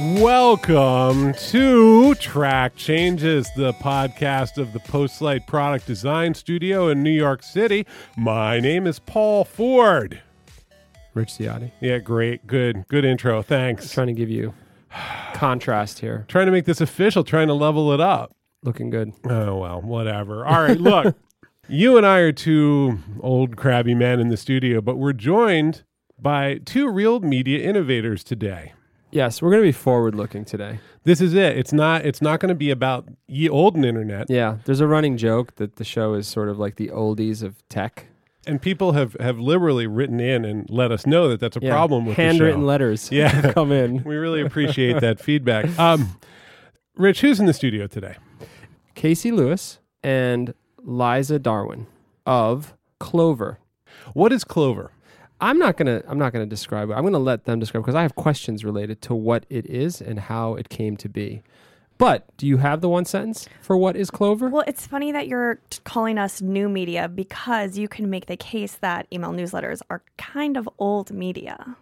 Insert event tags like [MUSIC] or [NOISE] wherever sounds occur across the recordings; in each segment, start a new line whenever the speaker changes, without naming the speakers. Welcome to Track Changes, the podcast of the Postlight Product Design Studio in New York City. My name is Paul Ford.
Rich Ciotti.
Yeah, great. Good. Good intro. Thanks.
Trying to
[SIGHS]
give you contrast here.
Trying to make this official, trying to level it up.
Looking good.
Oh, well, whatever. All right, look. [LAUGHS] you and I are two old crabby men in the studio, but we're joined by two real media innovators today.
Yes, we're going to be forward looking today.
This is it. It's not it's not going to be about ye olden internet.
Yeah, there's a running joke that the show is sort of like the oldies of tech.
And people have have liberally written in and let us know that that's a
Yeah,
problem with
handwritten
the show.
letters.
Yeah.
[LAUGHS] come in.
we really appreciate that [LAUGHS] feedback. Um Rich, who's in the studio today?
Casey Lewis and Liza Darwin of Clover.
What is Clover?
I'm not gonna. I'm not gonna describe it. I'm gonna let them describe because I have questions related to what it is and how it came to be. But do you have the one sentence for what is Clover?
Well, it's funny that you're t- calling us new media because you can make the case that email newsletters are kind of old media.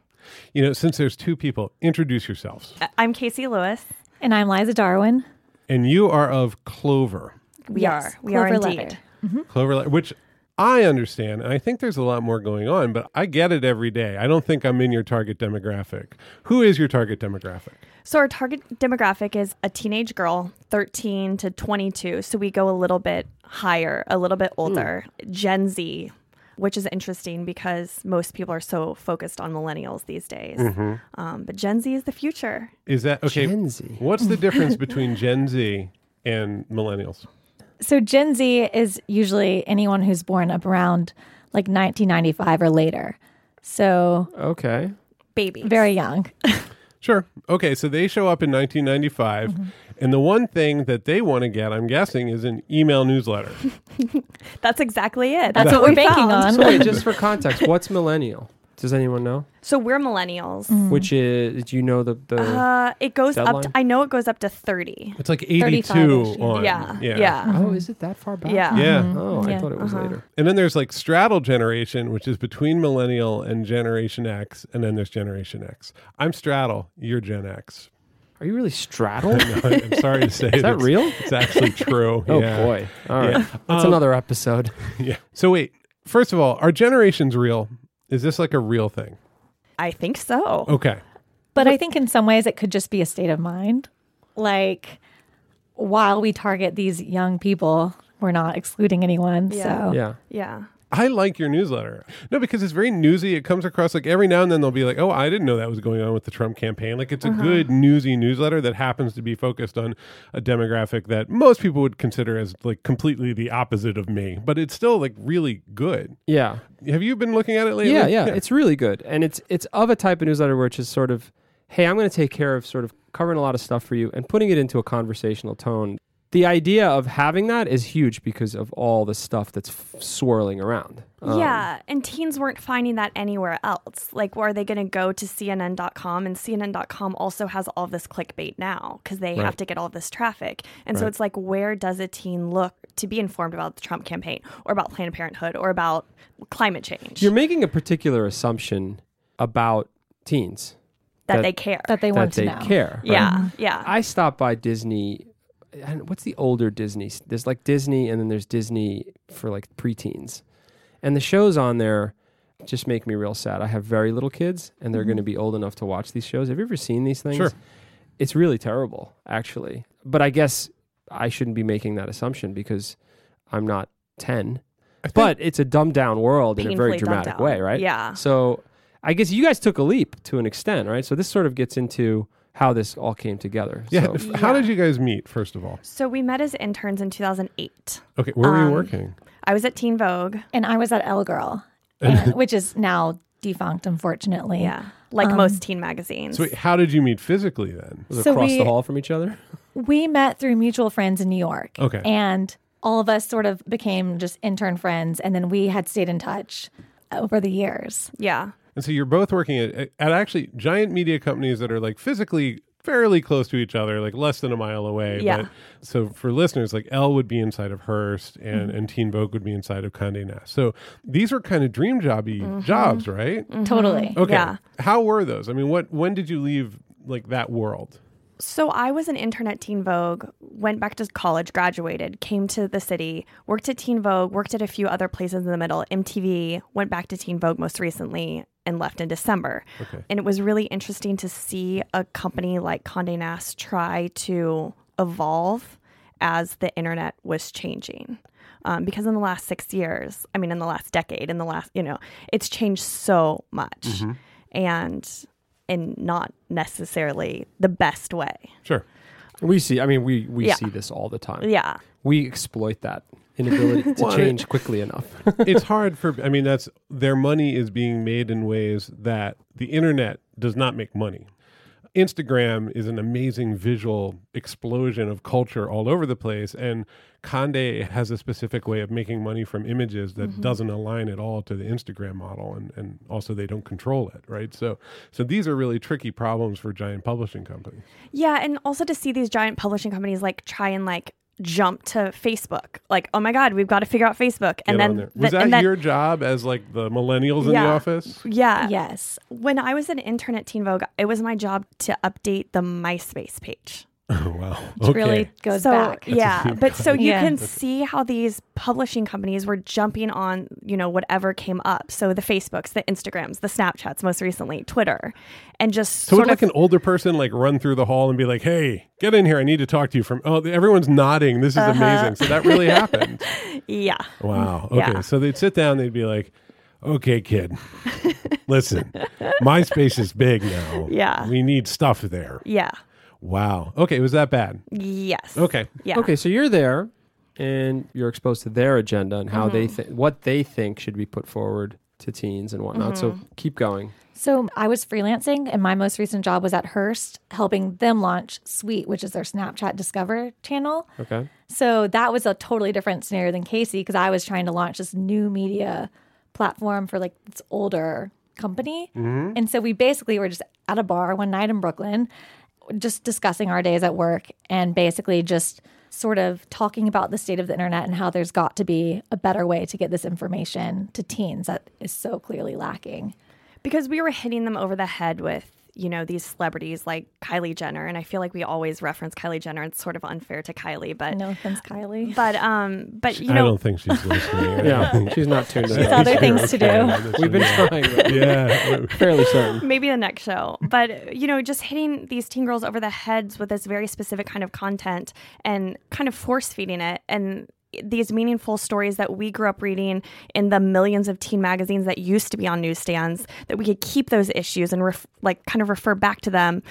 You know, since there's two people, introduce yourselves.
I- I'm Casey Lewis.
And I'm Liza Darwin.
And you are of Clover.
We
Yes,
are. We are
Clover
indeed.
Leather.
Clover, Li- which I understand, and I think there's a lot more going on, but I get it every day. I don't think I'm in your target demographic. Who is your target demographic?
So our target demographic is a teenage girl, 13 to 22. So we go a little bit higher, a little
Hmm.
bit older, Gen Z, which is interesting because most people are so focused on millennials these days.
Mm-hmm.
Um, but Gen Z is the future.
Is that okay?
Gen Z.
What's the
[LAUGHS]
difference between Gen Z and millennials?
So Gen Z is usually anyone who's born up around like 1995 or later. So
Okay.
Baby.
very young.
Sure. Okay, so they show up in 1995,
Mm-hmm.
and the one thing that they want to get, I'm guessing, is an email newsletter.
That's exactly it.
That's what we're
we
banking
found.
on.
So wait, just for context, what's millennial? Does anyone know?
So we're millennials.
Which is do you know the the
Uh, it goes up. To,
Deadline?
I know it goes up to thirty.
It's like 82
35-ish, yeah.
on.
Yeah, yeah,
[LAUGHS] Oh, is it that far back?
Yeah. Uh-huh.
Yeah.
Oh, I
Yeah.
thought it was later.
And then there's like straddle generation, which is between millennial and Generation X, and then there's Generation X. I'm straddle, you're Gen X.
Are you
[LAUGHS]
really straddled?
No, I'm sorry
[LAUGHS]
to say
Is that
it's-
real?
It's actually true.
[LAUGHS] Oh
yeah.
boy. All right.
Yeah. Um,
That's another episode. [LAUGHS]
Yeah. So wait, first of all, are generations real? Is this like a real thing?
I think so.
Okay.
But I think in some ways it could just be a state of mind. Like while we target these young people, we're not excluding anyone.
Yeah.
So
Yeah.
Yeah,
I like your newsletter. No, because it's very newsy. It comes across like every now and then they'll be like, "Oh, I didn't know that was going on with the Trump campaign." Like it's a good newsy newsletter that happens to be focused on a demographic that most people would consider as like completely the opposite of me, but it's still like really good.
Yeah.
Have you been looking at it lately?
Yeah, yeah, It's really good. And it's it's of a type of newsletter which is sort of, hey, I'm gonna take care of sort of covering a lot of stuff for you and putting it into a conversational tone. The idea of having that is huge because of all the stuff that's f- swirling around. Um,
yeah. And teens weren't finding that anywhere else. Like, where are they going to go to CNN.com? And CNN.com also has all this clickbait now because they have
Right.
to get all this traffic. And so
Right.
it's like, where does a teen look to be informed about the Trump campaign or about Planned Parenthood or about climate change
You're making a particular assumption about teens
that,
that-
they care?
that they want
that they
to know.
care. right?
yeah, yeah.
I stopped by Disney. And what's the older Disney? There's like Disney, and then there's Disney for like preteens, and the shows on there just make me real sad. I have very little kids, and they're
Mm-hmm.
going to be old enough to watch these shows. Have you ever seen these things?
Sure.
It's really terrible, actually. But I guess I shouldn't be making that assumption because I'm not ten.
I think-
But it's a dumbed down world in a very
Painfully dumbed
dramatic
down.
way, right?
Yeah.
So I guess you guys took a leap to an extent, right? So this sort of gets into how this all came together.
yeah.
[LAUGHS] So-
f- [LAUGHS] How did you guys meet? First of all,
so we met as interns in 2008.
okay. Where were you
Um,
working?
I was at Teen
Oh.
Vogue.
And I was at L Girl, and- which is now defunct, unfortunately.
Yeah, like
Um,
most teen magazines.
So wait, how did you meet physically then?
Was it
So
across the
we-
hall from each other?
We met through mutual friends in New York.
Okay.
And all of us sort of became just intern friends. And then we had stayed in touch over the years.
Yeah.
And so you're both working at, at actually giant media companies that are like physically fairly close to each other, like less than a mile away.
Yeah.
so for listeners, like Elle would be inside of Hearst and,
Mm-hmm.
and Teen Vogue would be inside of Condé Nast. So these were kind of dream jobby jobs, right?
Totally.
Okay.
Mm-hmm. Yeah.
How were those? I mean, what when did you leave like that world?
So I was an intern at Teen Vogue, went back to college, graduated, came to the city, worked at Teen Vogue, worked at a few other places in the middle, MTV, went back to Teen Vogue most recently and left in December.
Okay.
And it was really interesting to see a company like Condé Nast try to evolve as the internet was changing. Um, because in the last six years, I mean, in the last decade, in the last, you know, it's changed so much. And in not necessarily the best way.
Sure.
We see. I mean, we we
Yeah.
see this all the time.
Yeah.
we exploit that inability to change quickly [LAUGHS] enough.
it's hard for I mean that's their money is being made in ways that the internet does not make money. Instagram is an amazing visual explosion of culture all over the place and Conde has a specific way of making money from images that
Mm-hmm.
doesn't align at all to the Instagram model and, and also they don't control it, right? So so these are really tricky problems for giant publishing companies.
Yeah, and also to see these giant publishing companies like try and like jump to Facebook. Like, oh my god, we've got to figure out Facebook.
Get on
And then
there.
the-
Was that
and then-
your job as like the millennials in the
Yeah. [LAUGHS]
office?
Yeah.
Yes.
When I was an intern at Teen Vogue, it was my job to update the MySpace page.
Oh wow.
It really goes
so
back.
That's a
yeah,
deep
but so you
Yeah.
can see how these publishing companies were jumping on, you know, whatever came up. So the Facebooks, the Instagrams, the Snapchats, most recently Twitter, and just
So
sort
would like
of
an older person like run through the hall and be like, "Hey, get in here! I need to talk to you." From oh, everyone's nodding. This is
Uh-huh.
amazing. So that really
[LAUGHS]
happened.
yeah.
Wow. Okay.
Yeah.
So they'd sit down. They'd be like, "Okay, kid, listen, MySpace is big now.
Yeah.
we need stuff there.
Yeah.
Wow. Okay, it was that bad.
Yes.
Okay.
Yeah.
Okay, so you're there, and you're exposed to their agenda and how they
Mm-hmm.
think what they think should be put forward to teens and whatnot. So
Mm-hmm.
keep going.
So I was freelancing, and my most recent job was at Hearst, helping them launch Sweet, which is their Snapchat Discover channel.
Okay.
So that was a totally different scenario than Casey because I was trying to launch this new media platform for like this older company. And so we basically were just at a bar one night in Brooklyn, just discussing our days at work and basically just sort of talking about the state of the internet and how there's got to be a better way to get this information to teens that is so clearly lacking.
because we were hitting them over the head with you know these celebrities like Kylie Jenner and I feel like we always reference Kylie Jenner it's sort of unfair to Kylie but
No offense, Kylie.
but um but you
I
know
don't think she's listening. [LAUGHS]
[LAUGHS] Yeah, she's not tuned in.
other things to do.
We've been trying. but
Yeah.
Fairly certain.
maybe the next show but you know just hitting these teen girls over the heads with this very specific kind of content and kind of force feeding it and these meaningful stories that we grew up reading in the millions of teen magazines that used to be on newsstands that we could keep those issues and ref- like kind of refer back to them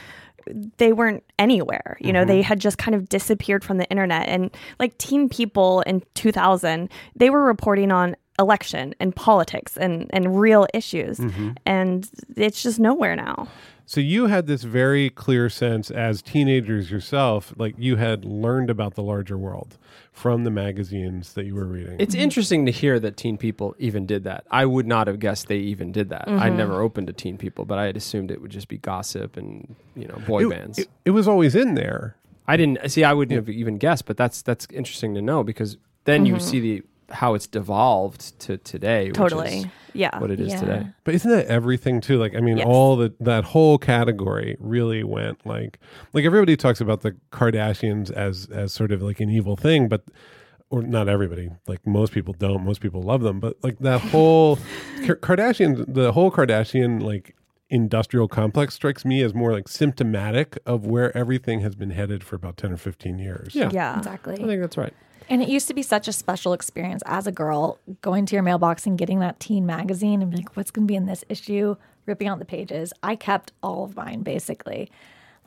they weren't anywhere you know they
Mm-hmm.
had just kind of disappeared from the internet and like teen people in 2000 they were reporting on election and politics and and real issues
Mm-hmm.
and it's just nowhere now
So you had this very clear sense as teenagers yourself, like you had learned about the larger world from the magazines that you were reading.
It's interesting to hear that teen people even did that. I would not have guessed they even did that. I never opened to teen people, but I had assumed it would just be gossip and you know boy
It-
bands.
It, it was always in there.
I didn't see. I wouldn't have even guessed, but that's that's interesting to know because then you see the how it's devolved to today. which is
totally yeah
what it is
Yeah.
today.
But isn't that everything too? Like, I mean,
Yes.
all the that whole category really went like, like everybody talks about the Kardashians as as sort of like an evil thing, but or not everybody. Like most people don't. Most people love them, but like that
[LAUGHS]
whole K- Kardashian, the whole Kardashian like industrial complex strikes me as more like symptomatic of where everything has been headed for about ten or fifteen years.
Yeah.
yeah
Exactly.
I think that's right.
And it used to be such a special experience as a girl going to your mailbox and getting that teen magazine and being like, what's going to be in this issue? Ripping out the pages. I kept all of mine basically,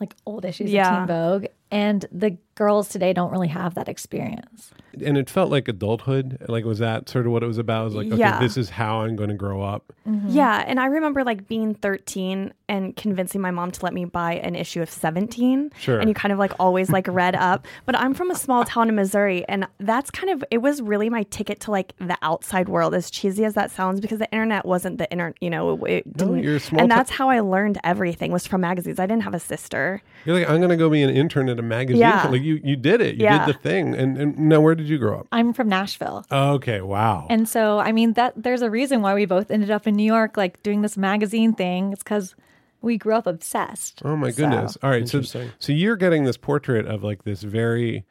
like old issues
Yeah.
of Teen Vogue. And the girls today don't really have that experience.
and it felt like adulthood. Like, was that sort of what it was about? It was like, okay,
Yeah.
this is how I'm going to grow up.
yeah and i remember like being 13 and convincing my mom to let me buy an issue of 17
Sure.
and you kind of like always like
[LAUGHS]
read up but i'm from a small town in missouri and that's kind of it was really my ticket to like the outside world as cheesy as that sounds because the internet wasn't the internet you know it, it didn't
you're a small
and
to-
that's how i learned everything was from magazines i didn't have a sister
You're like, I'm gonna go be an intern at a magazine.
Yeah.
Like you, you did it. You
Yeah.
did the thing. And, and now, where did you grow up?
I'm from Nashville.
Okay, wow.
And so, I mean, that there's a reason why we both ended up in New York, like doing this magazine thing. It's because we grew up obsessed.
Oh my
So,
goodness! All right, so
Interesting.
so you're getting this portrait of like this very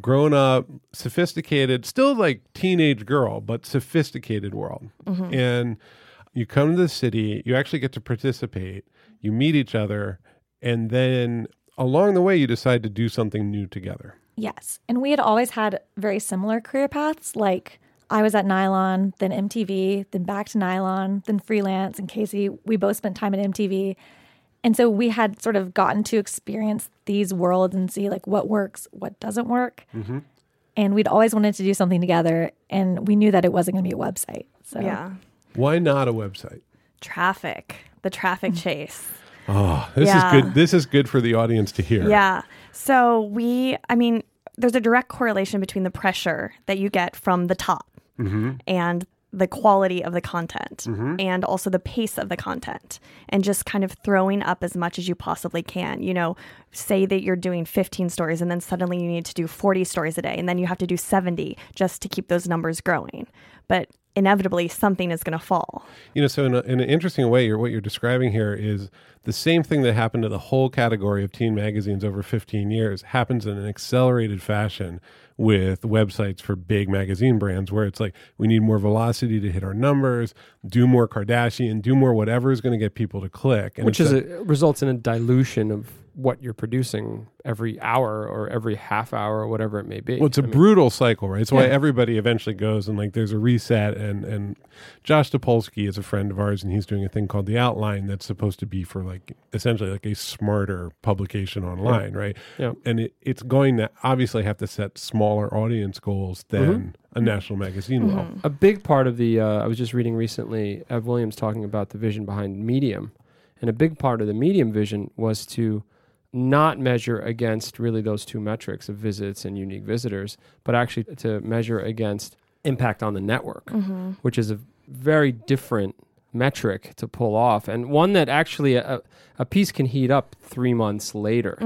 grown up, sophisticated, still like teenage girl, but sophisticated world.
Mm-hmm.
And you come to the city, you actually get to participate, you meet each other, and then along the way you decide to do something new together.
Yes. And we had always had very similar career paths. Like I was at Nylon, then MTV, then back to Nylon, then freelance. And Casey, we both spent time at MTV. And so we had sort of gotten to experience these worlds and see like what works, what doesn't work. And we'd always wanted to do something together. And we knew that it wasn't going to be a website.
Oh.
So
Yeah.
Why not a website?
Traffic. The traffic
Hmm.
chase.
Oh, this
Yeah.
is good. This is good for the audience to hear.
Yeah. So we, I mean, there's a direct correlation between the pressure that you get from the top and the quality of the content and also the pace of the content and just kind of throwing up as much as you possibly can. You know, say that you're doing 15 stories and then suddenly you need to do 40 stories a day and then you have to do 70 just to keep those numbers growing. But inevitably something is going to fall.
You know, so in, a, in an interesting way, you're, what you're describing here is the same thing that happened to the whole category of teen magazines over 15 years happens in an accelerated fashion with websites for big magazine brands, where it's like we need more velocity to hit our numbers, do more Kardashian, do more whatever is going to get people to click, and
which
it's
is
that-
a, results in a dilution of what you're producing every hour or every half hour or whatever it may be.
Well, it's a brutal cycle, right? It's why everybody eventually goes and like there's a reset. And and Josh Topolsky is a friend of ours, and he's doing a thing called the Outline that's supposed to be for like essentially like a smarter publication online, right?
Yeah.
And it, it's going to obviously have to set smaller audience goals than
Mm-hmm.
a national magazine will.
a big part of the uh, I was just reading recently Ev Williams talking about the vision behind Medium, and a big part of the Medium vision was to not measure against really those two metrics of visits and unique visitors, but actually to measure against impact on the network, which is a very different metric to pull off and one that actually a, a piece can heat up three months later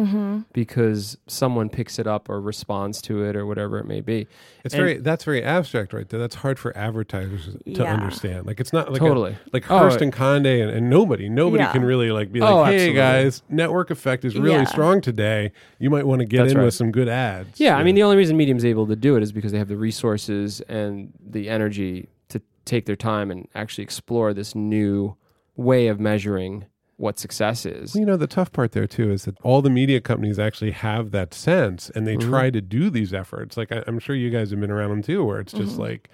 because someone picks it up or responds to it or whatever it may be
It's
And-
very that's very abstract, right? there. That's hard for advertisers to
Yeah.
understand. Like it's not like a-
Totally.
like
Oh,
Hearst
it-
and Conde and, and nobody nobody
Yeah.
can really like be like,
Oh,
hey
absolutely.
guys, network effect is really
Yeah.
strong today. You might want to get
That's
in
right.
with some good ads.
Yeah, I mean, the only reason Medium's able to do it is because they have the resources and the energy to take their time and actually explore this new way of measuring what success is.
You know, the tough part there too is that all the media companies actually have that sense and they
Mm-hmm.
try to do these efforts. Like, I, I'm sure you guys have been around them too, where it's just
Mm-hmm.
like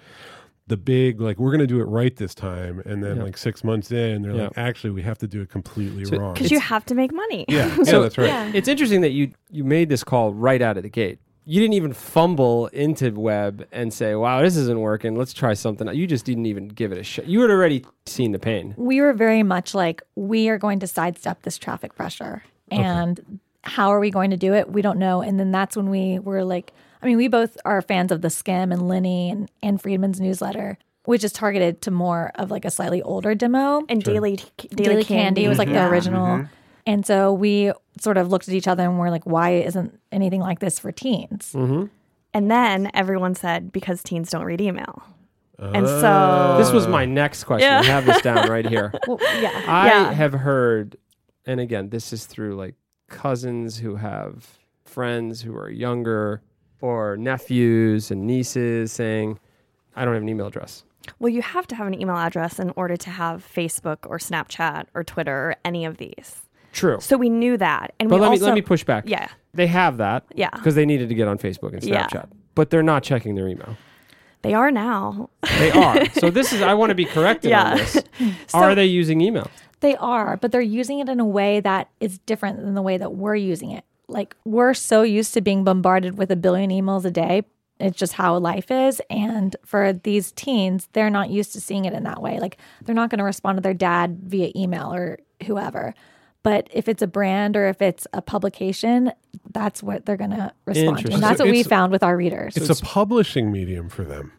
the big, like, we're going to do it right this time. And then,
Yeah.
like, six months in, they're
Yeah.
like, actually, we have to do it completely
So-
wrong.
Cuz you have to make money.
yeah, yeah,
[LAUGHS] So-
that's right.
It's interesting that you you made this call right out of the gate. You didn't even fumble into web and say, "Wow, this isn't working. Let's try something." You just didn't even give it a shot. You had already seen the pain.
we were very much like, we are going to sidestep this traffic pressure. And how are we going to do it? We don't know. And then that's when we were like, I mean, we both are fans of The Skim and Lenny and, and Friedman's newsletter, which is targeted to more of like a slightly older demo.
And daily daily,
Daily Candy, Mm-hmm. was like
Yeah.
the original. And so we sort of looked at each other and we're like, why isn't anything like this for teens?
And then everyone said, because teens don't read email. and
Uh,
so,
This was my next question. I have this down right here.
Well, yeah.
I
Yeah.
have heard, and again, this is through like cousins who have friends who are younger or nephews and nieces saying, I don't have an email address.
well, you have to have an email address in order to have Facebook or Snapchat or Twitter or any of these.
True.
So we knew that. And
but
we
let,
also,
me, let me push back.
Yeah.
They have that.
Yeah.
Because they needed to get on Facebook and
Yeah.
Snapchat. But they're not checking their email.
They are now.
They are. so this is, I want to be corrected
[LAUGHS] Yeah.
on this. are they using email?
They are, but they're using it in a way that is different than the way that we're using it. Like we're so used to being bombarded with a billion emails a day. It's just how life is. And for these teens, they're not used to seeing it in that way. Like they're not going to respond to their dad via email or whoever. But if it's a brand or if it's a publication, that's what they're going to respond to.
Interesting.
And that's what we
It's-
found with our readers.
It's a publishing medium for them.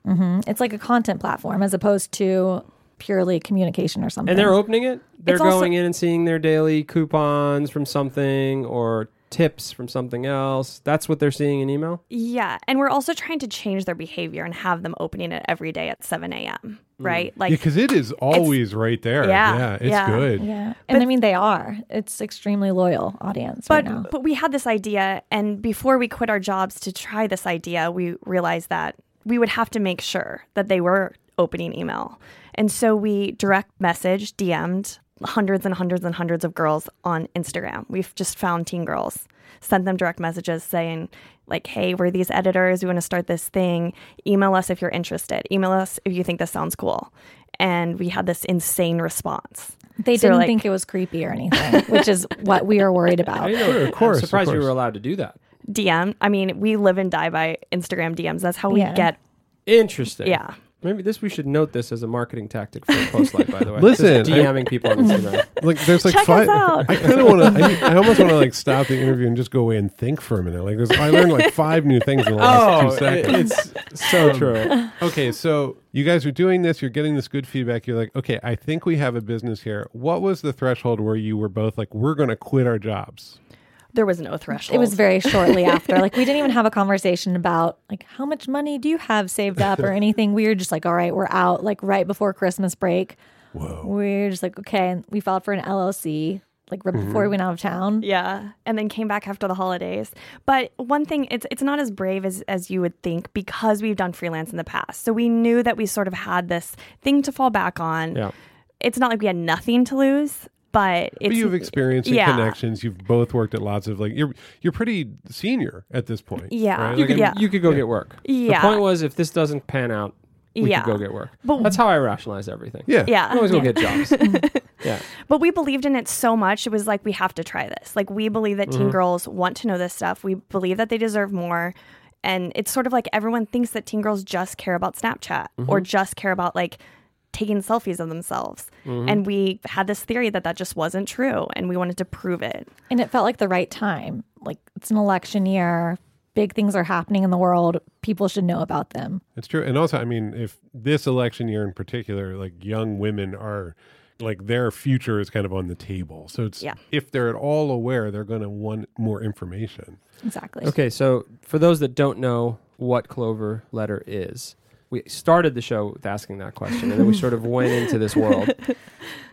It's like a content platform as opposed to purely communication or something.
And they're opening it. They're
It's
going
also-
in and seeing their daily coupons from something or tips from something else. That's what they're seeing in email.
Yeah. And we're also trying to change their behavior and have them opening it every day at 7 a.m.
Mm.
right? Like
because it is always right there.
Yeah,
it's
yeah.
good.
Yeah. And I mean, they are. It's extremely loyal audience
but
right now.
but we had this idea and before we quit our jobs to try this idea we realized that we would have to make sure that they were opening email and so we direct message dm'd hundreds and hundreds and hundreds of girls on instagram we've just found teen girls sent them direct messages saying like hey we're these editors we want to start this thing email us if you're interested email us if you think this sounds cool and we had this insane response
They
So,
didn't
like-
think it was creepy or anything, which is what we are worried
I [LAUGHS]
about.
know.
Sure, of course,
I'm surprised
of
you were
course.
allowed to do that.
DM. I mean, we live and die by Instagram DMs. That's how we
Yeah.
get.
Interesting.
Yeah.
Maybe this we should note this as a marketing tactic for Postlight, by the way.
Listen,
Just DMing people on Instagram.
Like there's like
Check us
five.
out.
I kind of want to.
[LAUGHS]
I, I almost want to like stop the interview and just go away and think for a minute. Like there's, I learned like five new things in the last two
Oh, it-
seconds.
it's so true.
okay, so you guys are doing this. You're getting this good feedback. You're like, okay, I think we have a business here. What was the threshold where you were both like, we're going to quit our jobs?
There was no threshold.
It was very shortly after. Like we didn't even have a conversation about like how much money do you have saved up or anything. We were just like, all right, we're out. Like right before Christmas break,
Whoa.
we're just like, okay, and we filed for an LLC like right before we went out of town.
Yeah, and then came back after the holidays. But one thing, it's it's not as brave as as you would think because we've done freelance in the past. So we knew that we sort of had this thing to fall back on.
Yeah.
It's not like we had nothing to lose, but it's
But you've experienced and
yeah.
connections. You've both worked at lots of like you're you're pretty senior at this point.
Yeah.
right?
You
Like,
could,
Yeah.
you could go get work.
Yeah.
The point was, if this doesn't pan out, we
Yeah.
could go get work.
But-
That's how I rationalize everything.
yeah,
yeah.
I always go
yeah.
get jobs. yeah.
But we believed in it so much. It was like, we have to try this. Like, we believe that teen girls want to know this stuff. We believe that they deserve more. And it's sort of like everyone thinks that teen girls just care about Snapchat or just care about like taking selfies of themselves. And we had this theory that that just wasn't true. And we wanted to prove it.
And it felt like the right time. Like it's an election year. Big things are happening in the world. People should know about them.
It's true. And also, I mean, if this election year in particular, like young women are like their future is kind of on the table. So it's
Yeah.
if they're at all aware, they're going to want more information.
Exactly.
Okay, so for those that don't know what Clover Letter is, we started the show with asking that question, and then we sort of went into this
[LAUGHS]
world.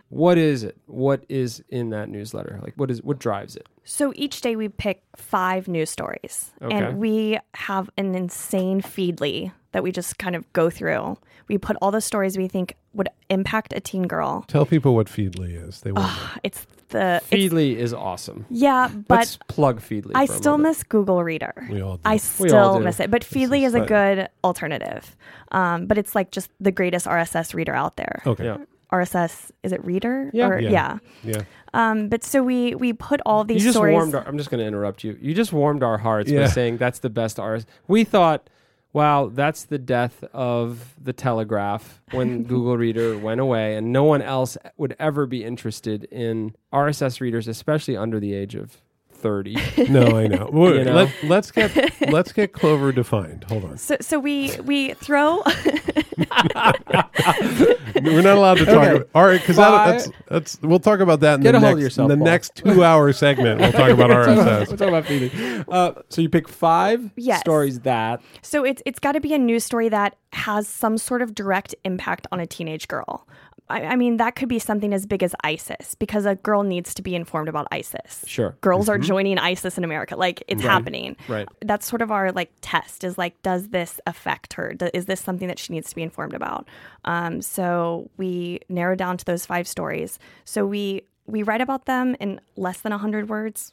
What is it? What is in that newsletter? Like, what is what drives it?
So each day we pick five news stories,
Okay.
and we have an insane feedly that we just kind of go through. We put all the stories we think would impact a teen girl.
Tell people what Feedly is. They want to
It's the Uh, it's
Feedly is awesome.
Yeah,
Let's
but
plug Feedly.
I
for a
still
moment.
miss Google Reader.
We all do.
I
We all
still
do.
miss it. But Feedly
is
is a
fun.
good alternative. Um, but it's like just the greatest RSS reader out there.
Okay.
Yeah.
RSS is it reader?
Yeah.
Or-
Yeah.
yeah.
Yeah.
[LAUGHS] Um, but so we we put all these
You just
stories.
warmed. Our, I'm just going to interrupt you. You just warmed our hearts
Yeah.
by saying that's the best RS. We thought, wow, that's the death of the Telegraph
[LAUGHS]
when Google Reader went away, and no one else would ever be interested in RSS readers, especially under the age of
[LAUGHS]
thirty.
No, I know.
You know?
Let, let's get let's get Clover defined. Hold
[LAUGHS]
on.
so, so we we throw [LAUGHS]
We're not allowed to talk.
Okay.
About, all right, because
Bye.
that's that's. We'll talk about that in
Get
the
a hold of
next
yourself,
in the
Paul.
next two hour segment. We'll talk
[LAUGHS]
about
We're
RSS.
talking about Feedly. Uh, so you pick five
Yes.
stories that
So it's it's got to be a news story that has some sort of direct impact on a teenage girl. I, I mean, that could be something as big as ISIS because a girl needs to be informed about ISIS.
Sure. Mm-hmm.
girls are joining ISIS in America. Like it's happening.
Right.
That's sort of our like test is like, does this affect her? Do, is this something that she needs to be informed about? Um, so we narrow down to those five stories. So we we write about them in less than hundred words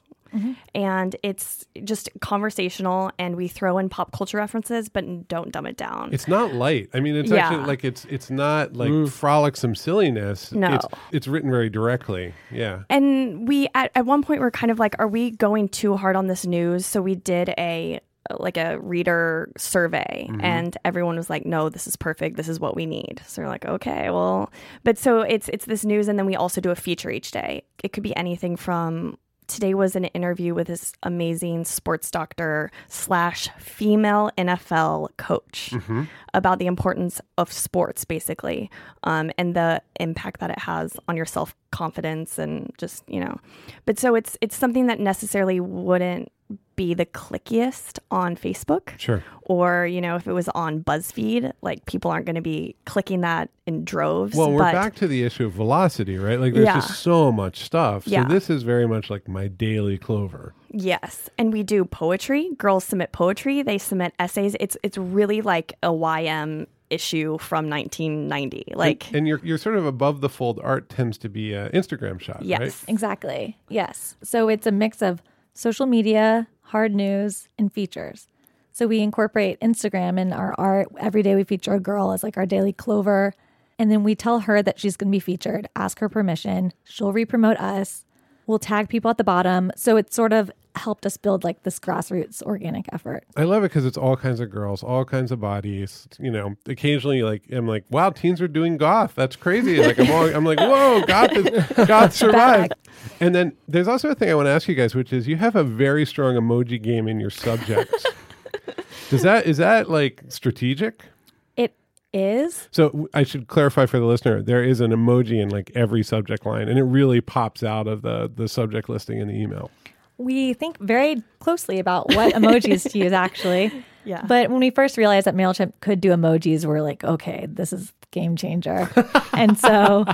and it's just conversational and we throw in pop culture references but don't dumb it down
It's not light. I mean, it's
Yeah.
actually like it's it's not like frolicsome silliness.
No.
it's it's written very directly. Yeah.
and we at, at one point were kind of like are we going too hard on this news so we did a like a reader survey and everyone was like no this is perfect this is what we need so we're like okay well but so it's it's this news and then we also do a feature each day it could be anything from today was an interview with this amazing sports doctor slash female nfl coach
Mm-hmm.
about the importance of sports basically um, and the impact that it has on your self-confidence and just you know but so it's it's something that necessarily wouldn't be the clickiest on Facebook.
Sure.
Or, you know, if it was on BuzzFeed, like people aren't going to be clicking that in droves.
Well, we're
but
back to the issue of velocity, right? Like there's
Yeah.
just so much stuff. So
Yeah.
this is very much like my daily clover.
yes, and we do poetry. Girls submit poetry, they submit essays. It's it's really like a YM issue from 1990. Like
And you're you're sort of above the fold art tends to be an Instagram shot, right?
yes.
Exactly. Yes. So it's a mix of social media, hard news, and features. So we incorporate Instagram in our art. Every day we feature a girl as like our daily clover. And then we tell her that she's going to be featured, ask her permission. She'll re-promote us. We'll tag people at the bottom. So it's sort of helped us build like this grassroots organic effort.
I love it because it's all kinds of girls, all kinds of bodies. You know, occasionally, like I'm like, wow, teens are doing goth. That's crazy. Like I'm, all, I'm like, whoa, goth, is, goth survived. And then there's also a thing I want to ask you guys, which is you have a very strong emoji game in your subjects. Does that is that like strategic?
It is.
So w- I should clarify for the listener: there is an emoji in like every subject line, and it really pops out of the the subject listing in the email.
We think very closely about what emojis to use actually.
Yeah.
But when we first realized that MailChimp could do emojis, we're like, okay, this is game changer. and so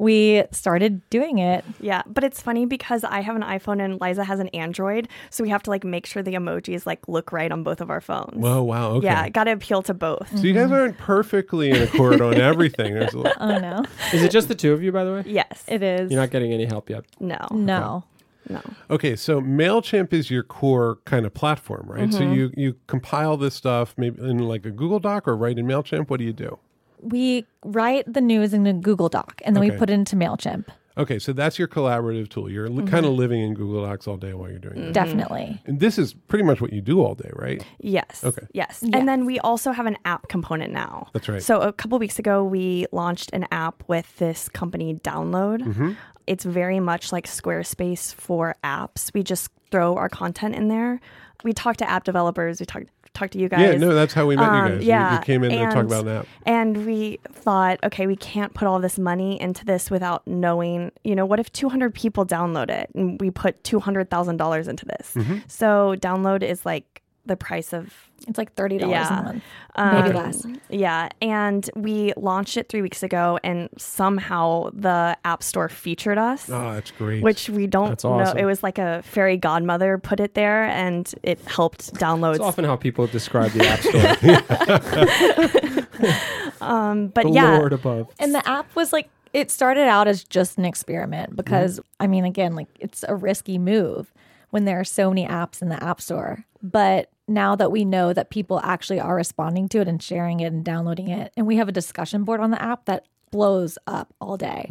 we started doing it.
Yeah, but it's funny because I have an iPhone and Liza has an Android, so we have to like make sure the emojis like look right on both of our phones.
Whoa, wow, okay.
Yeah, got to appeal to both.
So you guys aren't perfectly in accord on everything. There's a,
Oh no.
Is it just the two of you, by the way?
Yes.
It is.
You're not getting any help yet.
no.
no.
No.
Okay, so Mailchimp is your core kind of platform, right?
Mm-hmm.
So you you compile this stuff maybe in like a Google Doc or right in Mailchimp. What do you do?
We write the news in a Google Doc and then
Okay. Mm-hmm.
we put it into MailChimp.
Okay, so that's your collaborative tool. You're li-
Mm-hmm.
kind of living in Google Docs all day while you're
Mm.
doing this.
Definitely.
And this is pretty much what you do all day, right?
Yes.
Okay.
Yes. And then we also have an app component now.
That's right.
So a couple weeks ago, we launched an app with this company, Download.
Mm-hmm.
It's very much like Squarespace for apps. We just throw our content in there. We talk to app developers. We talk talk to you guys.
yeah, no, that's how we met
Um,
you guys. You- you,
yeah,
came in to talk
and-
about an app.
And we thought, okay, we can't put all this money into this without knowing, you know, what if 200 people download it and we put $200,000 into this?
Mm-hmm.
So download is like the price of
It's like thirty dollars
Yeah.
a month.
um,
Maybe less.
Yeah. And we launched it three weeks ago and somehow the App Store featured us.
Oh, that's great.
Which we don't
That's
know.
awesome.
It was like a fairy godmother put it there, and it helped downloads.
It's often how people describe
[LAUGHS]
the app store.
but
the
yeah,
Lord above.
And the app was like, it started out as just an experiment because, I mean, again, like it's a risky move when there are so many apps in the App Store. But now that we know that people actually are responding to it and sharing it and downloading it, and we have a discussion board on the app that blows up all day.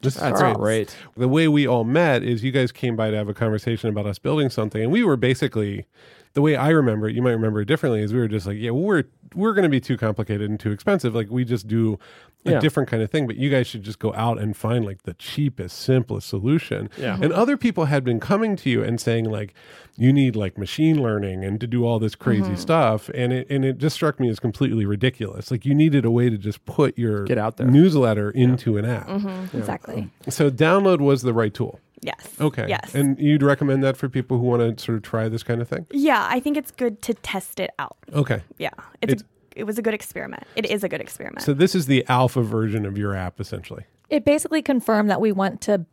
This is
That's
great.
great.
The way we all met is you guys came by to have a conversation about us building something, and we were basically the way I remember it. You might remember it differently. Is we were just like, yeah, we're we're going to be too complicated and too expensive. Like we just do a
Yeah.
different kind of thing. But you guys should just go out and find like the cheapest, simplest solution.
Yeah.
And other people had been coming to you and saying like, you need like machine learning and to do all this crazy
Mm-hmm.
stuff. And it and it just struck me as completely ridiculous. Like you needed a way to just put your
Get out there. Mm-hmm.
newsletter into an app.
Exactly.
So download was the right tool.
yes.
Oh.
Okay.
Yes.
And you'd recommend that for people who want to sort of try this kind of thing?
yeah, I think it's good to test it out.
Okay.
Yeah, it's, a- it was a good experiment. It is a good experiment.
So this is the alpha version of your app essentially.
It basically confirmed that we want to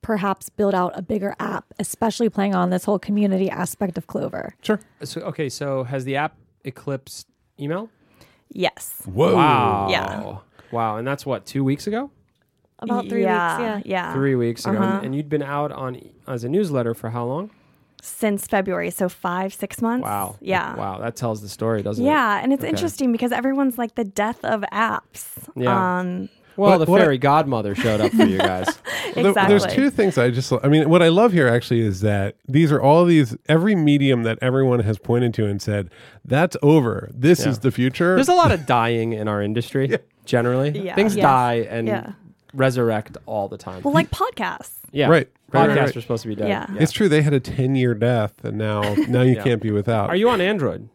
perhaps build out a bigger app, especially playing on this whole community aspect of Clover.
Sure.
So, okay, so has the app eclipsed email?
yes,
Whoa.
Wow.
Yeah.
Wow. And that's what, two weeks ago?
About three
yeah,
weeks. Yeah.
yeah,
Three weeks ago.
uh-huh.
And, and you'd been out on e- as a newsletter for how long?
since February, so five, six months.
Wow.
yeah,
Wow. That tells the story, doesn't it?
yeah, and it's
Okay.
interesting because everyone's like the death of apps.
Yeah.
um,
Well,
What-
the
what-
fairy godmother showed up for you
[LAUGHS]
guys.
There-
exactly.
There's two things I just, I mean, what I love here actually is that these are all these, every medium that everyone has pointed to and said, that's over. This
Yeah.
is the future.
There's a lot of dying in our industry, generally.
Yeah.
Things
Yes.
die and
Yeah.
resurrect all the time.
well, like podcasts.
yeah.
Right. Right,
Podcasts
right, right.
are supposed to be dead.
Yeah.
It's true. They had a 10 year death and
[LAUGHS]
now, now you
Yeah.
can't be without.
Are you on Android?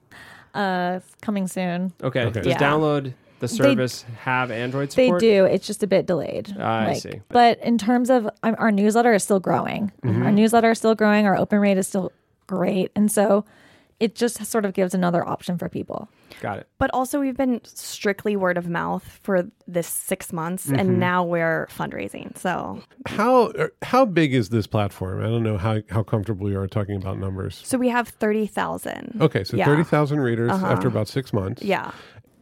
Uh, it's coming soon.
Okay.
Okay.
Does
Yeah.
download the service have Android
They
support? Ah,
do. It's just a bit delayed.
I see. Mm-hmm.
But in terms of um, our newsletter is still growing. Our newsletter is still growing. Our open rate is still great. And so it just sort of gives another option for people.
Got it.
But also, we've been strictly word of mouth for this six months,
Mm-hmm.
and now we're fundraising. So,
How er, how big is this platform? I don't know how, how comfortable you are talking about numbers.
so we have thirty thousand.
Okay, so
Yeah. Uh-huh.
thirty thousand readers after about six months.
Yeah.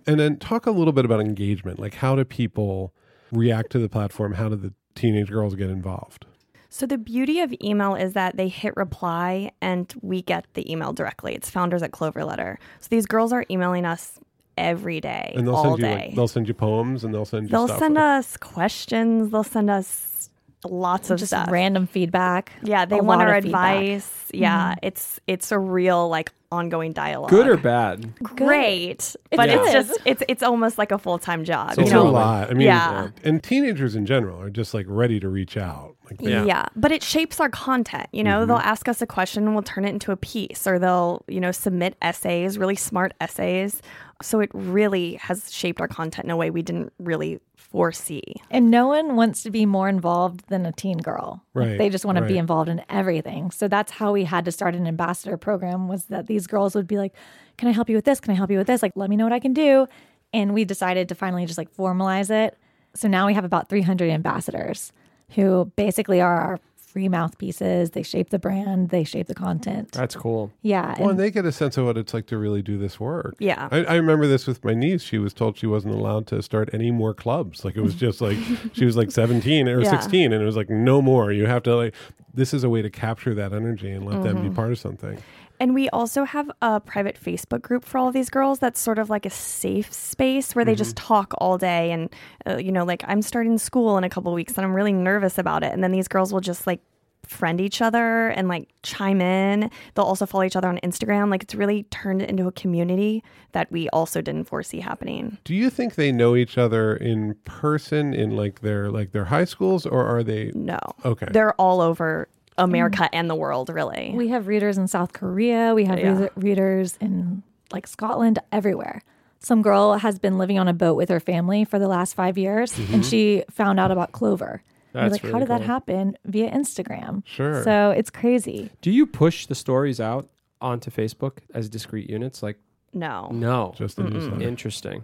And then talk a little bit about engagement. Like, how do people react to the platform? How do the teenage girls get involved?
So the beauty of email is that they hit reply and we get the email directly. It's founders at Cloverletter. So these girls are emailing us every day,
And they'll
all
send you
day.
like, they'll send you poems and they'll send you
they'll
stuff.
send us questions. They'll send us lots of
Just
stuff.
random feedback.
yeah, they
a
want
lot
our
of feedback.
advice. Yeah, it's it's a real like ongoing dialogue.
Good or bad?
great, but
Yeah.
it's
is.
just it's it's almost like a full time job.
So
it's
you
a
know,
lot. I mean, uh,
Yeah.
and teenagers in general are just like ready to reach out. Like, they-
Yeah. but it shapes our content. You
Mm-hmm.
know, they'll ask us a question and we'll turn it into a piece, or they'll, you know, submit essays, really smart essays. So it really has shaped our content in a way we didn't really foresee.
And no one wants to be more involved than a teen girl. Like,
Right,
They just want to
right.
be involved in everything. So that's how we had to start an ambassador program was that these girls would be like, "Can I help you with this? Can I help you with this? Like, let me know what I can do." And we decided to finally just like formalize it. So now we have about 300 ambassadors who basically are our free mouthpieces. They shape the brand, they shape the content.
That's cool.
Yeah.
Well,
and-
and they get a sense of what it's like to really do this work.
Yeah.
I, I remember this with my niece. She was told she wasn't allowed to start any more clubs. Like it was just
[LAUGHS]
like she was like 17 or
Yeah.
16, and it was like no more. You have to like this is a way to capture that energy and let them
Mm-hmm.
be part of something.
And we also have a private Facebook group for all these girls that's sort of like a safe space where they just talk all day. And, uh, you know, like I'm starting school in a couple weeks and I'm really nervous about it. And then these girls will just like friend each other and like chime in. They'll also follow each other on Instagram. Like it's really turned it into a community that we also didn't foresee happening.
Do you think they know each other in person in like their like their high schools, or are they
No.
okay?
They're all over America and the world, really.
We have readers in South Korea. We have
Yeah.
re- readers in like Scotland, everywhere. Some girl has been living on a boat with her family for the last five years, and she found out about Clover. And we're
Mm-hmm. That's
like, how
really
did that
cool.
happen? Via Instagram.
Sure.
So it's crazy.
Do you push the stories out onto Facebook as discrete units? Like,
no.
no. Hmm,
just the newsletter.
Interesting.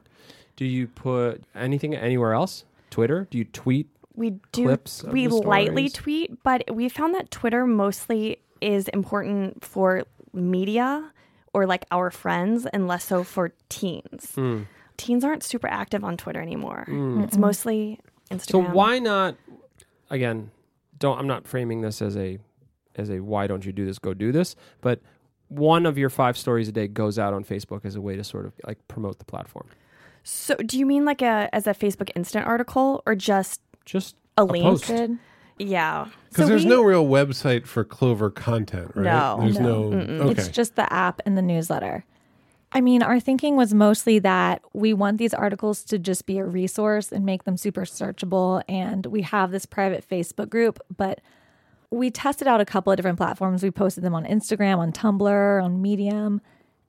Do you put anything anywhere else? Twitter? Do you tweet?
we do
clips of
we
the
lightly
stories?
tweet but we found that twitter mostly is important for media or like our friends and less so for teens
Hmm.
teens aren't super active on twitter anymore it's mostly instagram
So why not? Again, don't. I'm not framing this as a as a why don't you do this? Go do this. But one of your five stories a day goes out on Facebook as a way to sort of like promote the platform.
so do you mean like a as a facebook instant article or just
Just
a link
post.
Good.
yeah
Because
So
there's
we-
no real website for Clover content, right?
No.
There's no.
No.
Okay.
It's just the app and the newsletter. I mean, our thinking was mostly that we want these articles to just be a resource and make them super searchable. And we have this private Facebook group, but we tested out a couple of different platforms. We posted them on Instagram, on Tumblr, on Medium.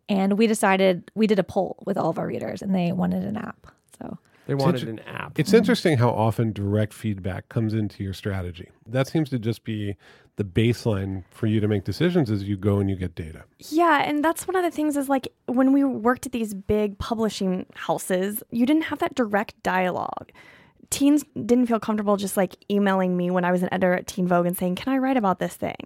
And we decided we did a poll with all of our readers and they wanted an app. So
They wanted an app.
It's interesting how often direct feedback comes into your strategy. That seems to just be the baseline for you to make decisions as you go and you get data.
Yeah, and that's one of the things is like when we worked at these big publishing houses, you didn't have that direct dialogue. Teens didn't feel comfortable just like emailing me when I was an editor at Teen Vogue and saying, "Can I write about this thing?"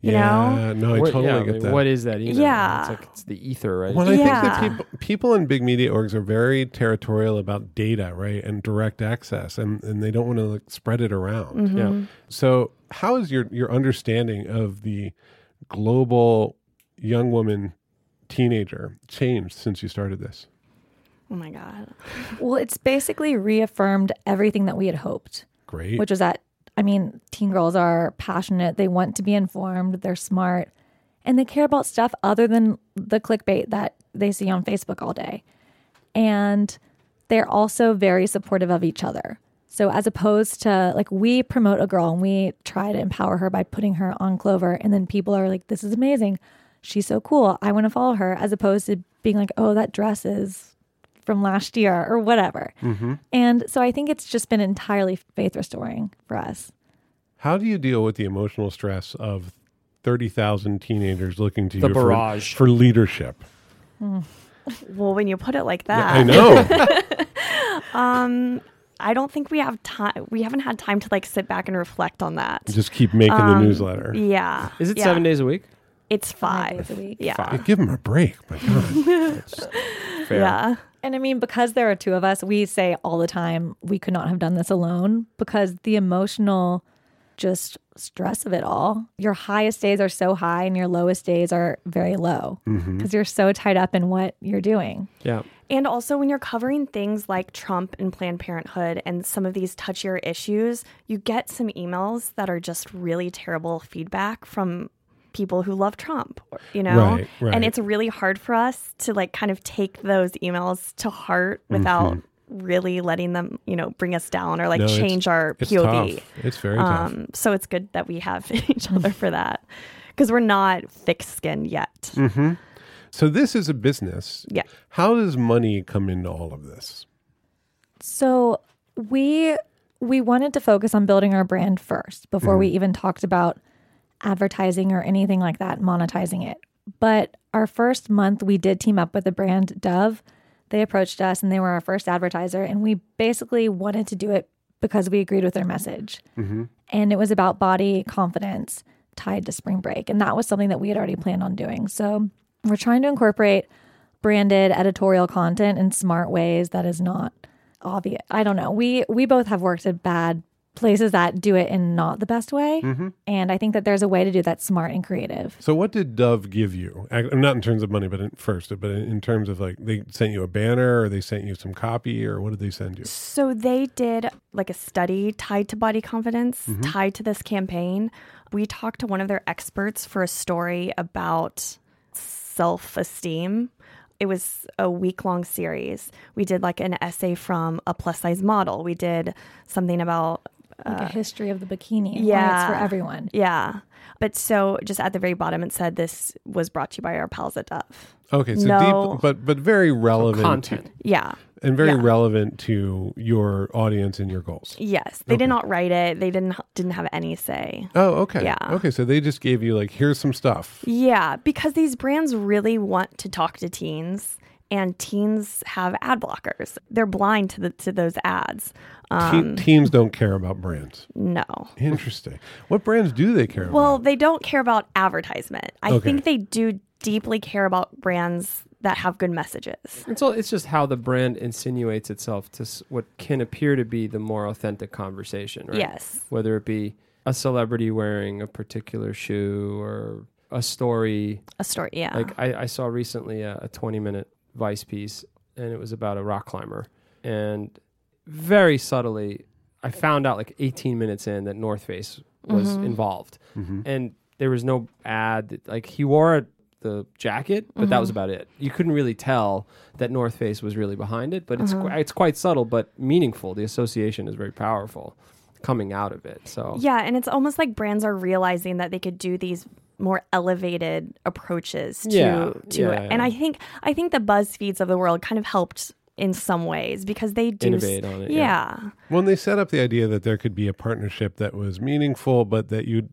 You know?
yeah, no, I
What-
totally
yeah, I
get
mean,
that.
What is that? Email?
Yeah.
It's like it's the ether, right?
well, I
Yeah.
think that people, people in big media orgs are very territorial about data, right, and direct access, and, and they don't want to like, spread it around.
yeah.
So, how is your your understanding of the global young woman teenager changed since you started this?
Oh my god.
Well, it's basically reaffirmed everything that we had hoped,
Great.
which was that, I mean, teen girls are passionate. They want to be informed. They're smart. And they care about stuff other than the clickbait that they see on Facebook all day. And they're also very supportive of each other. So, as opposed to like, we promote a girl and we try to empower her by putting her on Clover, and then people are like, this is amazing. She's so cool. I want to follow her, as opposed to being like, oh, that dress is from last year or whatever. And so I think it's just been entirely faith restoring for us.
How do you deal with the emotional stress of thirty thousand teenagers looking to
The
you for-
barrage.
for leadership.
Well, when you put it like
Yeah,
that, um,
I
[LAUGHS]
know.
I don't think we have time. We haven't had time to like sit back and reflect on that.
Just keep making the newsletter.
Um, Yeah.
Is it
yeah.
seven days a week?
It's five.
days a week.
Yeah.
Hey, give them a break.
[LAUGHS]
My God.
Fair.
Yeah.
And I mean, because there are two of us, we say all the time, we could not have done this alone because the emotional just stress of it all. Your highest days are so high and your lowest days are very low because you're so tied up in what you're doing.
Yeah.
And also, when you're covering things like Trump and Planned Parenthood and some of these touchier issues, you get some emails that are just really terrible feedback from people who love Trump, or- you know?
Right, right.
And it's really hard for us to like kind of take those emails to heart
Mm-hmm.
without really letting them, you know, bring us down or like
No, it's-
change our
It's
POV.
tough. It's very tough.
Um, so it's good that we have [LAUGHS] each other for that because we're not thick skinned yet.
Mm. So this is a business.
Yeah.
How does money come into all of this?
So we we wanted to focus on building our brand first before we even talked about advertising or anything like that, monetizing it. But our first month we did team up with the brand Dove. They approached us and they were our first advertiser and we basically wanted to do it because we agreed with their message. And it was about body confidence tied to spring break and that was something that we had already planned on doing. So we're trying to incorporate branded editorial content in smart ways that is not obvious. I don't know. We we both have worked at bad places that do it in not the best way, and I think that there's a way to do that smart and creative.
So what did Dove give you? Ac- Not in terms of money, but in, first, but in, in terms of like they sent you a banner or they sent you some copy or what did they send you?
So they did like a study tied to body confidence, tied to this campaign. We talked to one of their experts for a story about self esteem. It was a week long series. We did like an essay from a plus size model. We did something about
Like a history of the bikini. and why it's
yeah.
for everyone.
yeah. But so just at the very bottom it said this was brought to you by our pals at Dove.
Okay, so
No.
deep, but but very relevant
Content.
Yeah.
and very
Yeah.
relevant to your audience and your goals.
Yes. They did not write it. They didn't didn't have any say.
Oh, okay.
Yeah.
Okay, so they just gave you like here's some stuff.
Yeah, because these brands really want to talk to teens, and teens have ad blockers. They're blind to the to those ads. Um,
Te- teams don't care about brands.
no.
Interesting. What brands do they care about?
Well, they don't care about advertisement. I
Okay.
think they do deeply care about brands that have good messages.
It's all, it's just how the brand insinuates itself to s- what can appear to be the more authentic conversation, right?
Yes.
Whether it be a celebrity wearing a particular shoe or a story.
A story, yeah.
Like I, I saw recently a, a 20 minute Vice piece, and it was about a rock climber. And very subtly, I found out like 18 minutes in that North Face was
Mm-hmm.
involved. And there was no ad. that- Like he wore a, the jacket, but that
Mm-hmm.
was about it. You couldn't really tell that North Face was really behind it, but it's,
Uh-huh.
qu- it's quite subtle but meaningful. The association is very powerful coming out of it. So,
yeah, and it's almost like brands are realizing that they could do these more elevated approaches to
Yeah,
to
yeah,
it.
yeah.
And I think I think the BuzzFeeds of the world kind of helped in some ways because they do s-
Innovate on it, yeah.
yeah.
When they set up the idea that there could be a partnership that was meaningful, but that you'd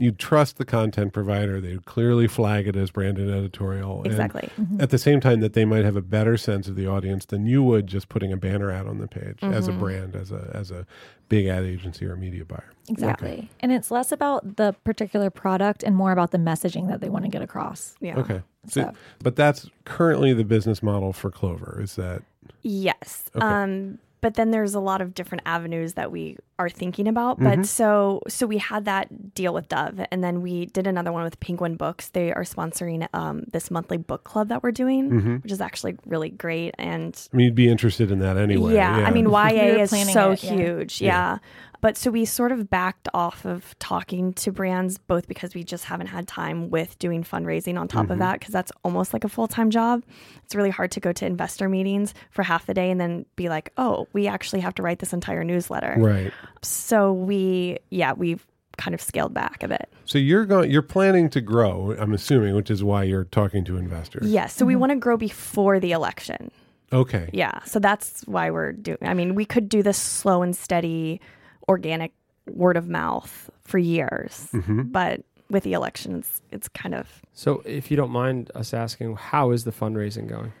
you'd trust the content provider, they'd clearly flag it as branded editorial. and
Exactly.
At the same time, that they might have a better sense of the audience than you would just putting a banner out on the page as
Mm-hmm.
a brand, as a as a big ad agency or media buyer.
Exactly. And it's less about the particular product and more about the messaging that they want to get across.
Yeah.
Okay. So,
So-
but that's currently the business model for Clover. Is that
Yes.
Okay.
Um, but then there's a lot of different avenues that we are thinking about.
Mm-hmm.
But so so we had that deal with Dove, and then we did another one with Penguin Books. They are sponsoring um, this monthly book club that we're doing,
Mm-hmm.
which is actually really great. And
I mean, you'd be interested in that anyway.
yeah, I mean
We
YA
were
is
planning
so
it, yeah.
huge.
Yeah.
Yeah. But so we sort of backed off of talking to brands both because we just haven't had time with doing fundraising on top
Mm-hmm.
of that because that's almost like a full-time job. It's really hard to go to investor meetings for half the day and then be like, "Oh, we actually have to write this entire newsletter."
right.
So we yeah, we've kind of scaled back a bit.
So you're going, you're planning to grow. I'm assuming, which is why you're talking to investors.
Yeah, so
Mm-hmm.
we want to grow before the election.
Okay.
Yeah. So that's why we're doing. I mean, we could do this
Mm-hmm.
slow and steady, organic word of mouth for years, but with the election, it's it's kind of
So, if you don't mind us asking, how is the fundraising going?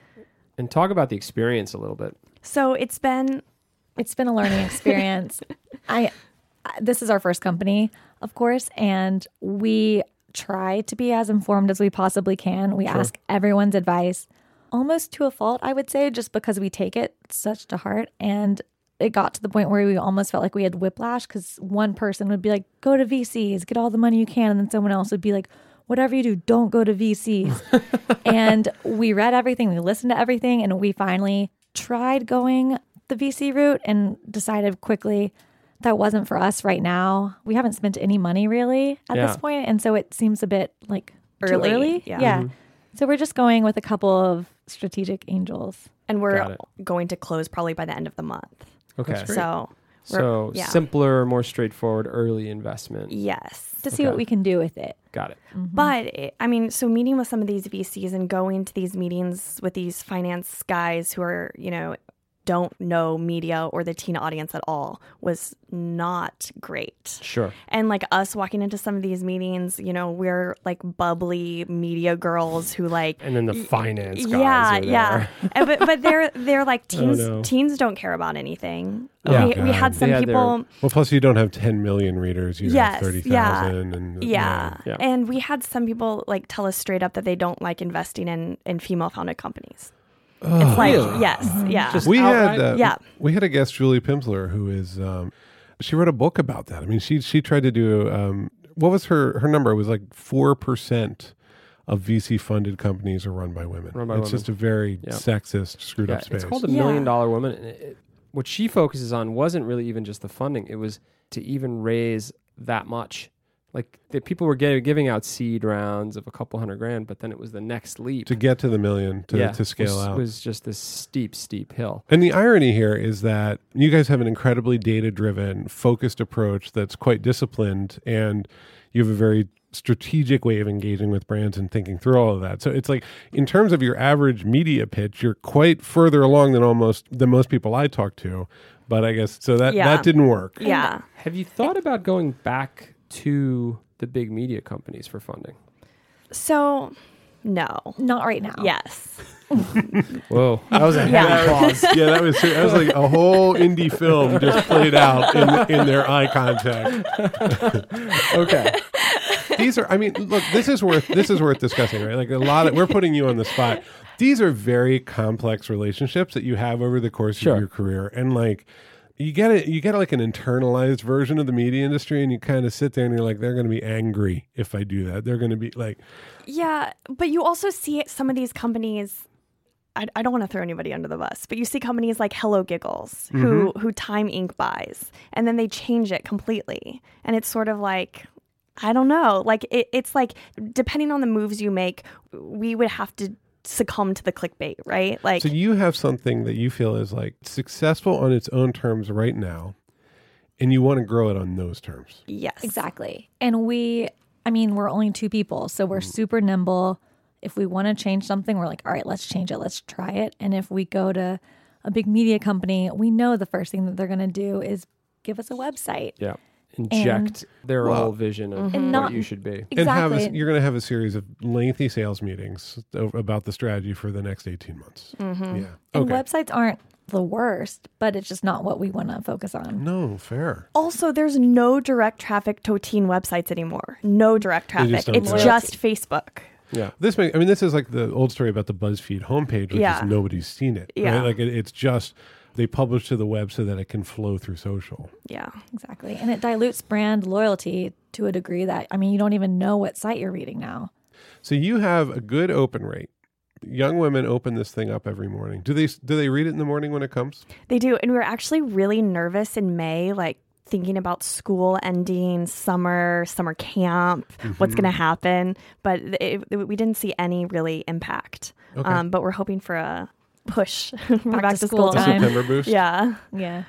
And talk about the experience a little bit.
so. It's been
it's been a learning experience. I I- this is our first company, of course, and we try to be as informed as we possibly can. We ask everyone's advice almost to a fault, I would say, just because we take it such to heart and it got to the point where we almost felt like we had whiplash because one person would be like, go to VCs, get all the money you can. And then someone else would be like, whatever you do, don't go to VCs. and we read everything, we listened to everything, and we finally tried going the VC route and decided quickly that wasn't for us right now. We haven't spent any money really at
Yeah.
this point, and so it seems a bit like too
Early,
early.
yeah.
Mm-hmm.
So we're just going with a couple of strategic angels.
and
Got
we're
it.
going to close probably by the end of the month.
Okay.
So we're-
So,
yeah.
simpler, more straightforward early investment.
yes.
To see
Okay.
what we can do with it.
Got it.
But it, I mean, so meeting with some of these VCs and going to these meetings with these finance guys who are, you know, don't know media or the teen audience at all was not great.
Sure.
And like us walking into some of these meetings, you know, we're like bubbly media girls who like
And then the finance guys.
yeah,
are
yeah.
there.
[LAUGHS]
Oh,
And but but they're
[LAUGHS]
they're like teens
no.
teens don't care about anything.
Yeah.
we, we had
God.
some
Yeah, they're-
people
Well, plus you don't have 10 million readers. You
Yes,
have 30,000.
yeah.
and
Yeah.
Yeah.
And we had some people like tell us straight up that they don't like investing in, in female founded companies. it's like,
Oh, Really?
yes, yeah.
Just-
we had
outright?
uh,
Yeah.
we had a guest Julie Pimsler who is um, she wrote a book about that. I mean she she tried to do um, what was her her number It was like four percent of VC funded companies are run by women.
Run by
it's
women.
just a very
Yeah.
sexist screwed
Yeah,
up space.
It's called a
Yeah.
million dollar woman. And it, it- what she focuses on wasn't really even just the funding; it was to even raise that much. Like the people were getting, giving out seed rounds of a couple hundred grand, but then it was the next leap
to get to the million to,
Yeah,
to scale
was,
out.
was just this steep, steep hill.
And the irony here is that you guys have an incredibly data driven, focused approach that's quite disciplined, and you have a very strategic way of engaging with brands and thinking through all of that. So it's like in terms of your average media pitch, you're quite further along than almost than most people I talk to. But I guess so that
Yeah.
that didn't work.
yeah.
Have you thought about going back to the big media companies for funding?
So, no.
Not right now.
Yes.
Whoa, that was a heavy
Yeah.
applause.
Yeah, that was that was like a whole indie film just played out in, in their eye [LAUGHS] contact.
Okay,
these are i mean look this is worth this is worth discussing right like a lot of we're putting you on the spot these are very complex relationships that you have over the course
Sure.
of your career and like you get it you get like an internalized version of the media industry and you kind of sit there and you're like they're going to be angry if i do that they're going to be like
Yeah. But you also see some of these companies. I, I don't want to throw anybody under the bus, but you see companies like Hello Giggles who
Mm-hmm.
who Time Inc. buys, and then they change it completely, and it's sort of like I don't know, like it, it's like depending on the moves you make, we would have to succumb to the clickbait, right? Like
so you have something that you feel is like successful on its own terms right now and you want to grow it on those terms
yes,
Exactly. And we, I mean, we're only two people, so
Mm.
we're super nimble. If we want to change something, we're like, all right, let's change it, let's try it. And if we go to a big media company, we know the first thing that they're going to do is give us a website.
yeah, inject their whole vision of what
And not-
you should be.
Exactly.
and have a, you're going to have a series of lengthy sales meetings o- about the strategy for the next 18 months yeah
And websites aren't the worst, but it's just not what we want to focus on.
No, fair.
Also, there's no direct traffic to teen websites anymore. No direct
just
traffic.
don't
It's
do it.
just Facebook.
Yeah,
This makes, I mean, this is like the old story about the BuzzFeed homepage, which
Yeah.
is nobody's seen it.
Yeah.
Right? Like it, it's just they publish to the web so that it can flow through social.
Yeah.
Exactly. And it dilutes brand loyalty to a degree that, I mean, you don't even know what site you're reading now.
So you have a good open rate. Young women open this thing up every morning. Do they do they read it in the morning when it comes?
They do. And we were actually really nervous in May, like thinking about school ending, summer, summer camp, what's going to happen. But it, it- we didn't see any really impact.
Okay.
Um, but we're hoping for a push [LAUGHS] for back, to, school,
A
time. I'm-
September boost.
Yeah.
Yeah.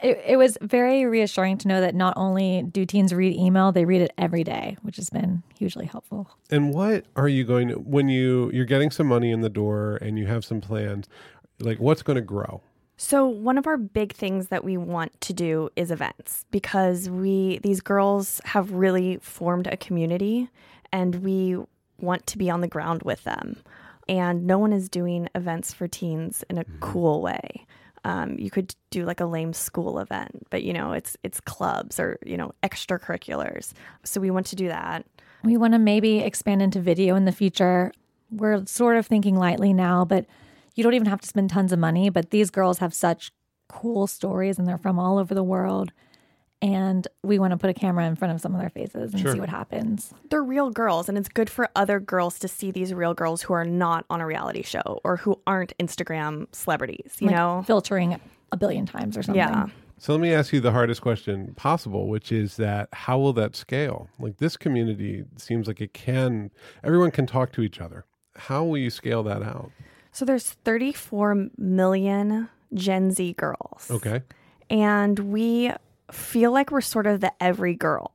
It, it was very reassuring to know that not only do teens read email, they read it every day, which has been hugely helpful.
And what are you going to when you you're getting some money in the door and you have some plans? Like what's going to grow?
So one of our big things that we want to do is events because we these girls have really formed a community and we want to be on the ground with them. And no one is doing events for teens in a cool way. Um, you could do like a lame school event, but you know it's it's clubs or you know extracurriculars. So we want to do that.
We want to maybe expand into video in the future. We're sort of thinking lightly now, but you don't even have to spend tons of money. But these girls have such cool stories and they're from all over the world. And we want to put a camera in front of some of their faces and
Sure.
see what happens.
they're real girls and it's good for other girls to see these real girls who are not on a reality show or who aren't instagram celebrities you
Like
know
filtering a billion times or something.
yeah
So let me ask you the hardest question possible, which is that how will that scale? Like this community seems like it can, everyone can talk to each other. How will you scale that out?
so there's 34 million gen z girls
Okay.
and we feel like we're sort of the every girl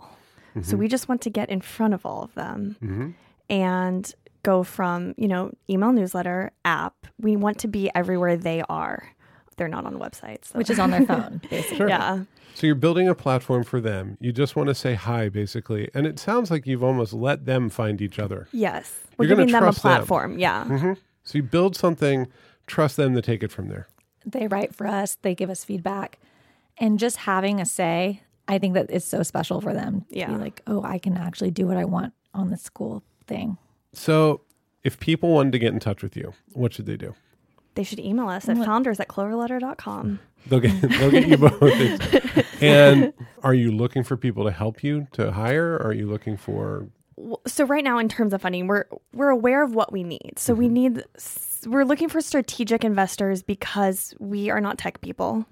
Mm-hmm.
so we just want to get in front of all of them and go from you know email newsletter app we want to be everywhere they are they're not on websites so.
Which is on their
[LAUGHS]
phone, basically.
Sure.
yeah
So you're building a platform for them. You just want to say hi, basically. And it sounds like you've almost let them find each other.
Yes. We're
You're gonna
giving them a
trust them. Mm-hmm.
platform. Yeah.
So you build something, trust them to take it from there.
They write for us, they give us feedback. And just having a say, I think that is so special for them. to be
Yeah.
like, oh, I can actually do what I want on this school thing.
So if people wanted to get in touch with you, what should they do?
They should email us at founders at cloverletter.com.
They'll get they'll get you both. and are you looking for people to help you to hire? Or are you looking for
W- So right now in terms of funding, we're we're aware of what we need. So we need s- we're looking for strategic investors because we are not tech people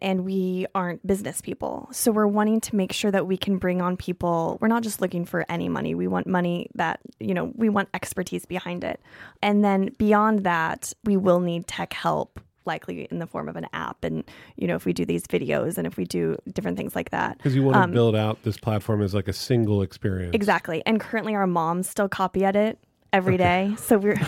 and we aren't business people. So we're wanting to make sure that we can bring on people. We're not just looking for any money. We want money that, you know, we want expertise behind it. And then beyond that, we will need tech help likely in the form of an app and you know if we do these videos and if we do different things like that
because you want
Um,
to build out this platform as like a single experience.
Exactly. And currently our moms still copy edit every day. So we're [LAUGHS]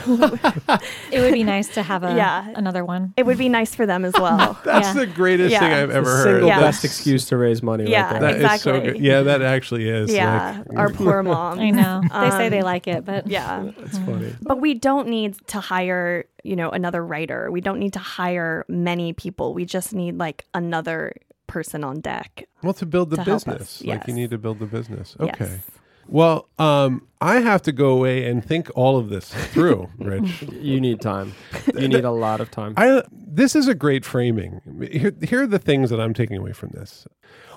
It would be nice to have a,
Yeah.
another one.
it would be nice for them as
[LAUGHS]
well.
That's
Yeah.
the greatest
Yeah.
thing I've
It's
ever
the
heard.
single
Yeah.
best excuse to raise money
Yeah.
That
right there.
is so
Exactly.
good. Yeah, that actually is.
yeah.
Like,
[LAUGHS]
Our poor moms.
I know. They say
Um,
they like it, but
Yeah.
it's funny.
But we don't need to hire, you know, another writer. We don't need to hire many people. We just need like another person on deck.
Well, to build the
To help us,
business, like you
yes.
need to build the business.
Yes.
Okay. Well, um, I have to go away and think all of this through, Rich.
You need time.
[LAUGHS]
You need a lot of time.
I this is a great framing. Here, here are the things that I'm taking away from this.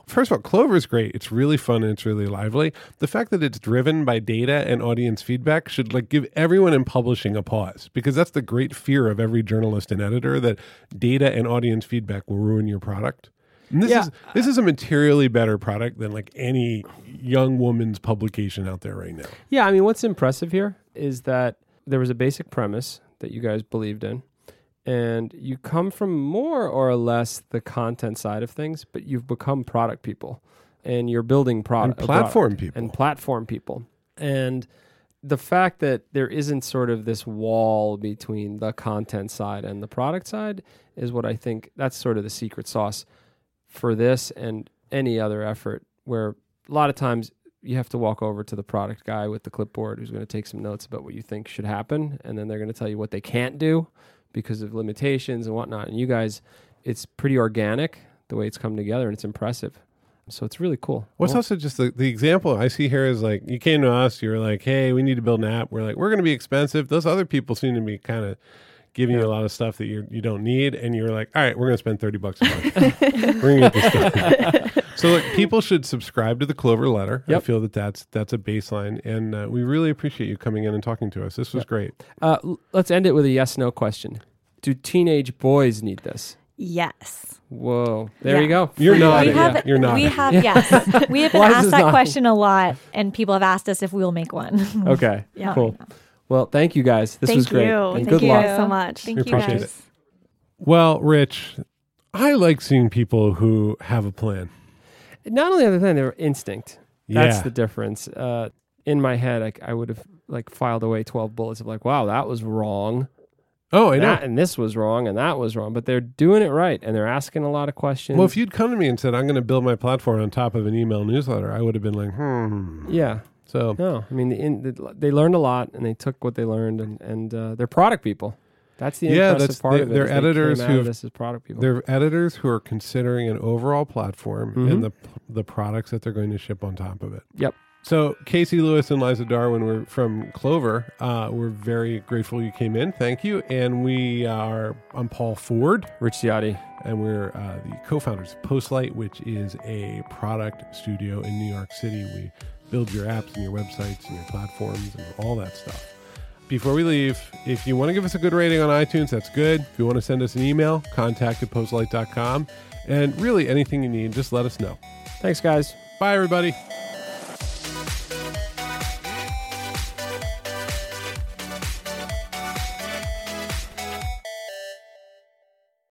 First of all, Clover is great. It's really fun and it's really lively. The fact that it's driven by data and audience feedback should like give everyone in publishing a pause because that's the great fear of every journalist and editor that data and audience feedback will ruin your product. And this
Yeah.
is this is a materially better product than like any young woman's publication out there right now.
Yeah, I mean, what's impressive here is that there was a basic premise that you guys believed in, and you come from more or less the content side of things, but you've become product people, and you're building prod-
And
a product
platform people.
and platform people, and the fact that there isn't sort of this wall between the content side and the product side is what I think that's sort of the secret sauce for this and any other effort where a lot of times you have to walk over to the product guy with the clipboard who's going to take some notes about what you think should happen and then they're going to tell you what they can't do because of limitations and whatnot and you guys it's pretty organic the way it's come together and it's impressive so it's really cool
What's
Well,
also just the, the example I see here is like you came to us, you were like, hey, we need to build an app. We're like, we're going to be expensive. Those other people seem to be kind of giving you a lot of stuff that you you don't need, and you're like, all right, we're going to spend thirty bucks a month.
[LAUGHS]
we're going to get this done. so look, people should subscribe to the Clover Letter. I
Yep.
feel that that's that's a baseline, and uh, we really appreciate you coming in and talking to us. This was great.
uh, l- let's end it with a yes no question do teenage boys need this
Yes.
whoa there
Yeah.
you go
You're
Free
nodding.
We
idea.
have,
Yeah, you're
we
nodding.
have, yes, we have been
Why is
asked
this
that
not-
question a lot, and people have asked us if we'll make one.
okay
Yeah.
cool well thank you guys this
Thank
was great
you.
and
Thank
good
you
luck
guys so much.
Thank
We
you
appreciate
guys.
it. Well, Rich, I like seeing people who have a plan.
not only other than they were instinct. That's
Yeah.
the difference. Uh, in my head, I, I would have like filed away twelve bullets of like, wow, that was wrong,
Oh, I know.
that and this was wrong and that was wrong, but they're doing it right and they're asking a lot of questions.
well, if you'd come to me and said, I'm going to build my platform on top of an email newsletter, I would have been like, hmm.
yeah,
So,
no, I mean the, in, the, they learned a lot and they took what they learned and and uh, they're product people. That's the
Yeah,
impressive
that's-
part
they-
of it.
they're
is they came
editors
out
who
of
have-
this is product people.
they're editors who are considering an overall platform
Mhm.
and the, the products that they're going to ship on top of it.
Yep.
So, Casey Lewis and Liza Darwin were from Clover. Uh, we're very grateful you came in. Thank you. And we are, I'm Paul Ford.
Rich Ciotti.
and we're uh, the co-founders of Postlight, which is a product studio in New York City. We build your apps and your websites and your platforms and all that stuff. Before we leave, if you want to give us a good rating on iTunes, that's good. If you want to send us an email, contact at postlight.com. And really anything you need, just let us know.
Thanks, guys.
Bye, everybody.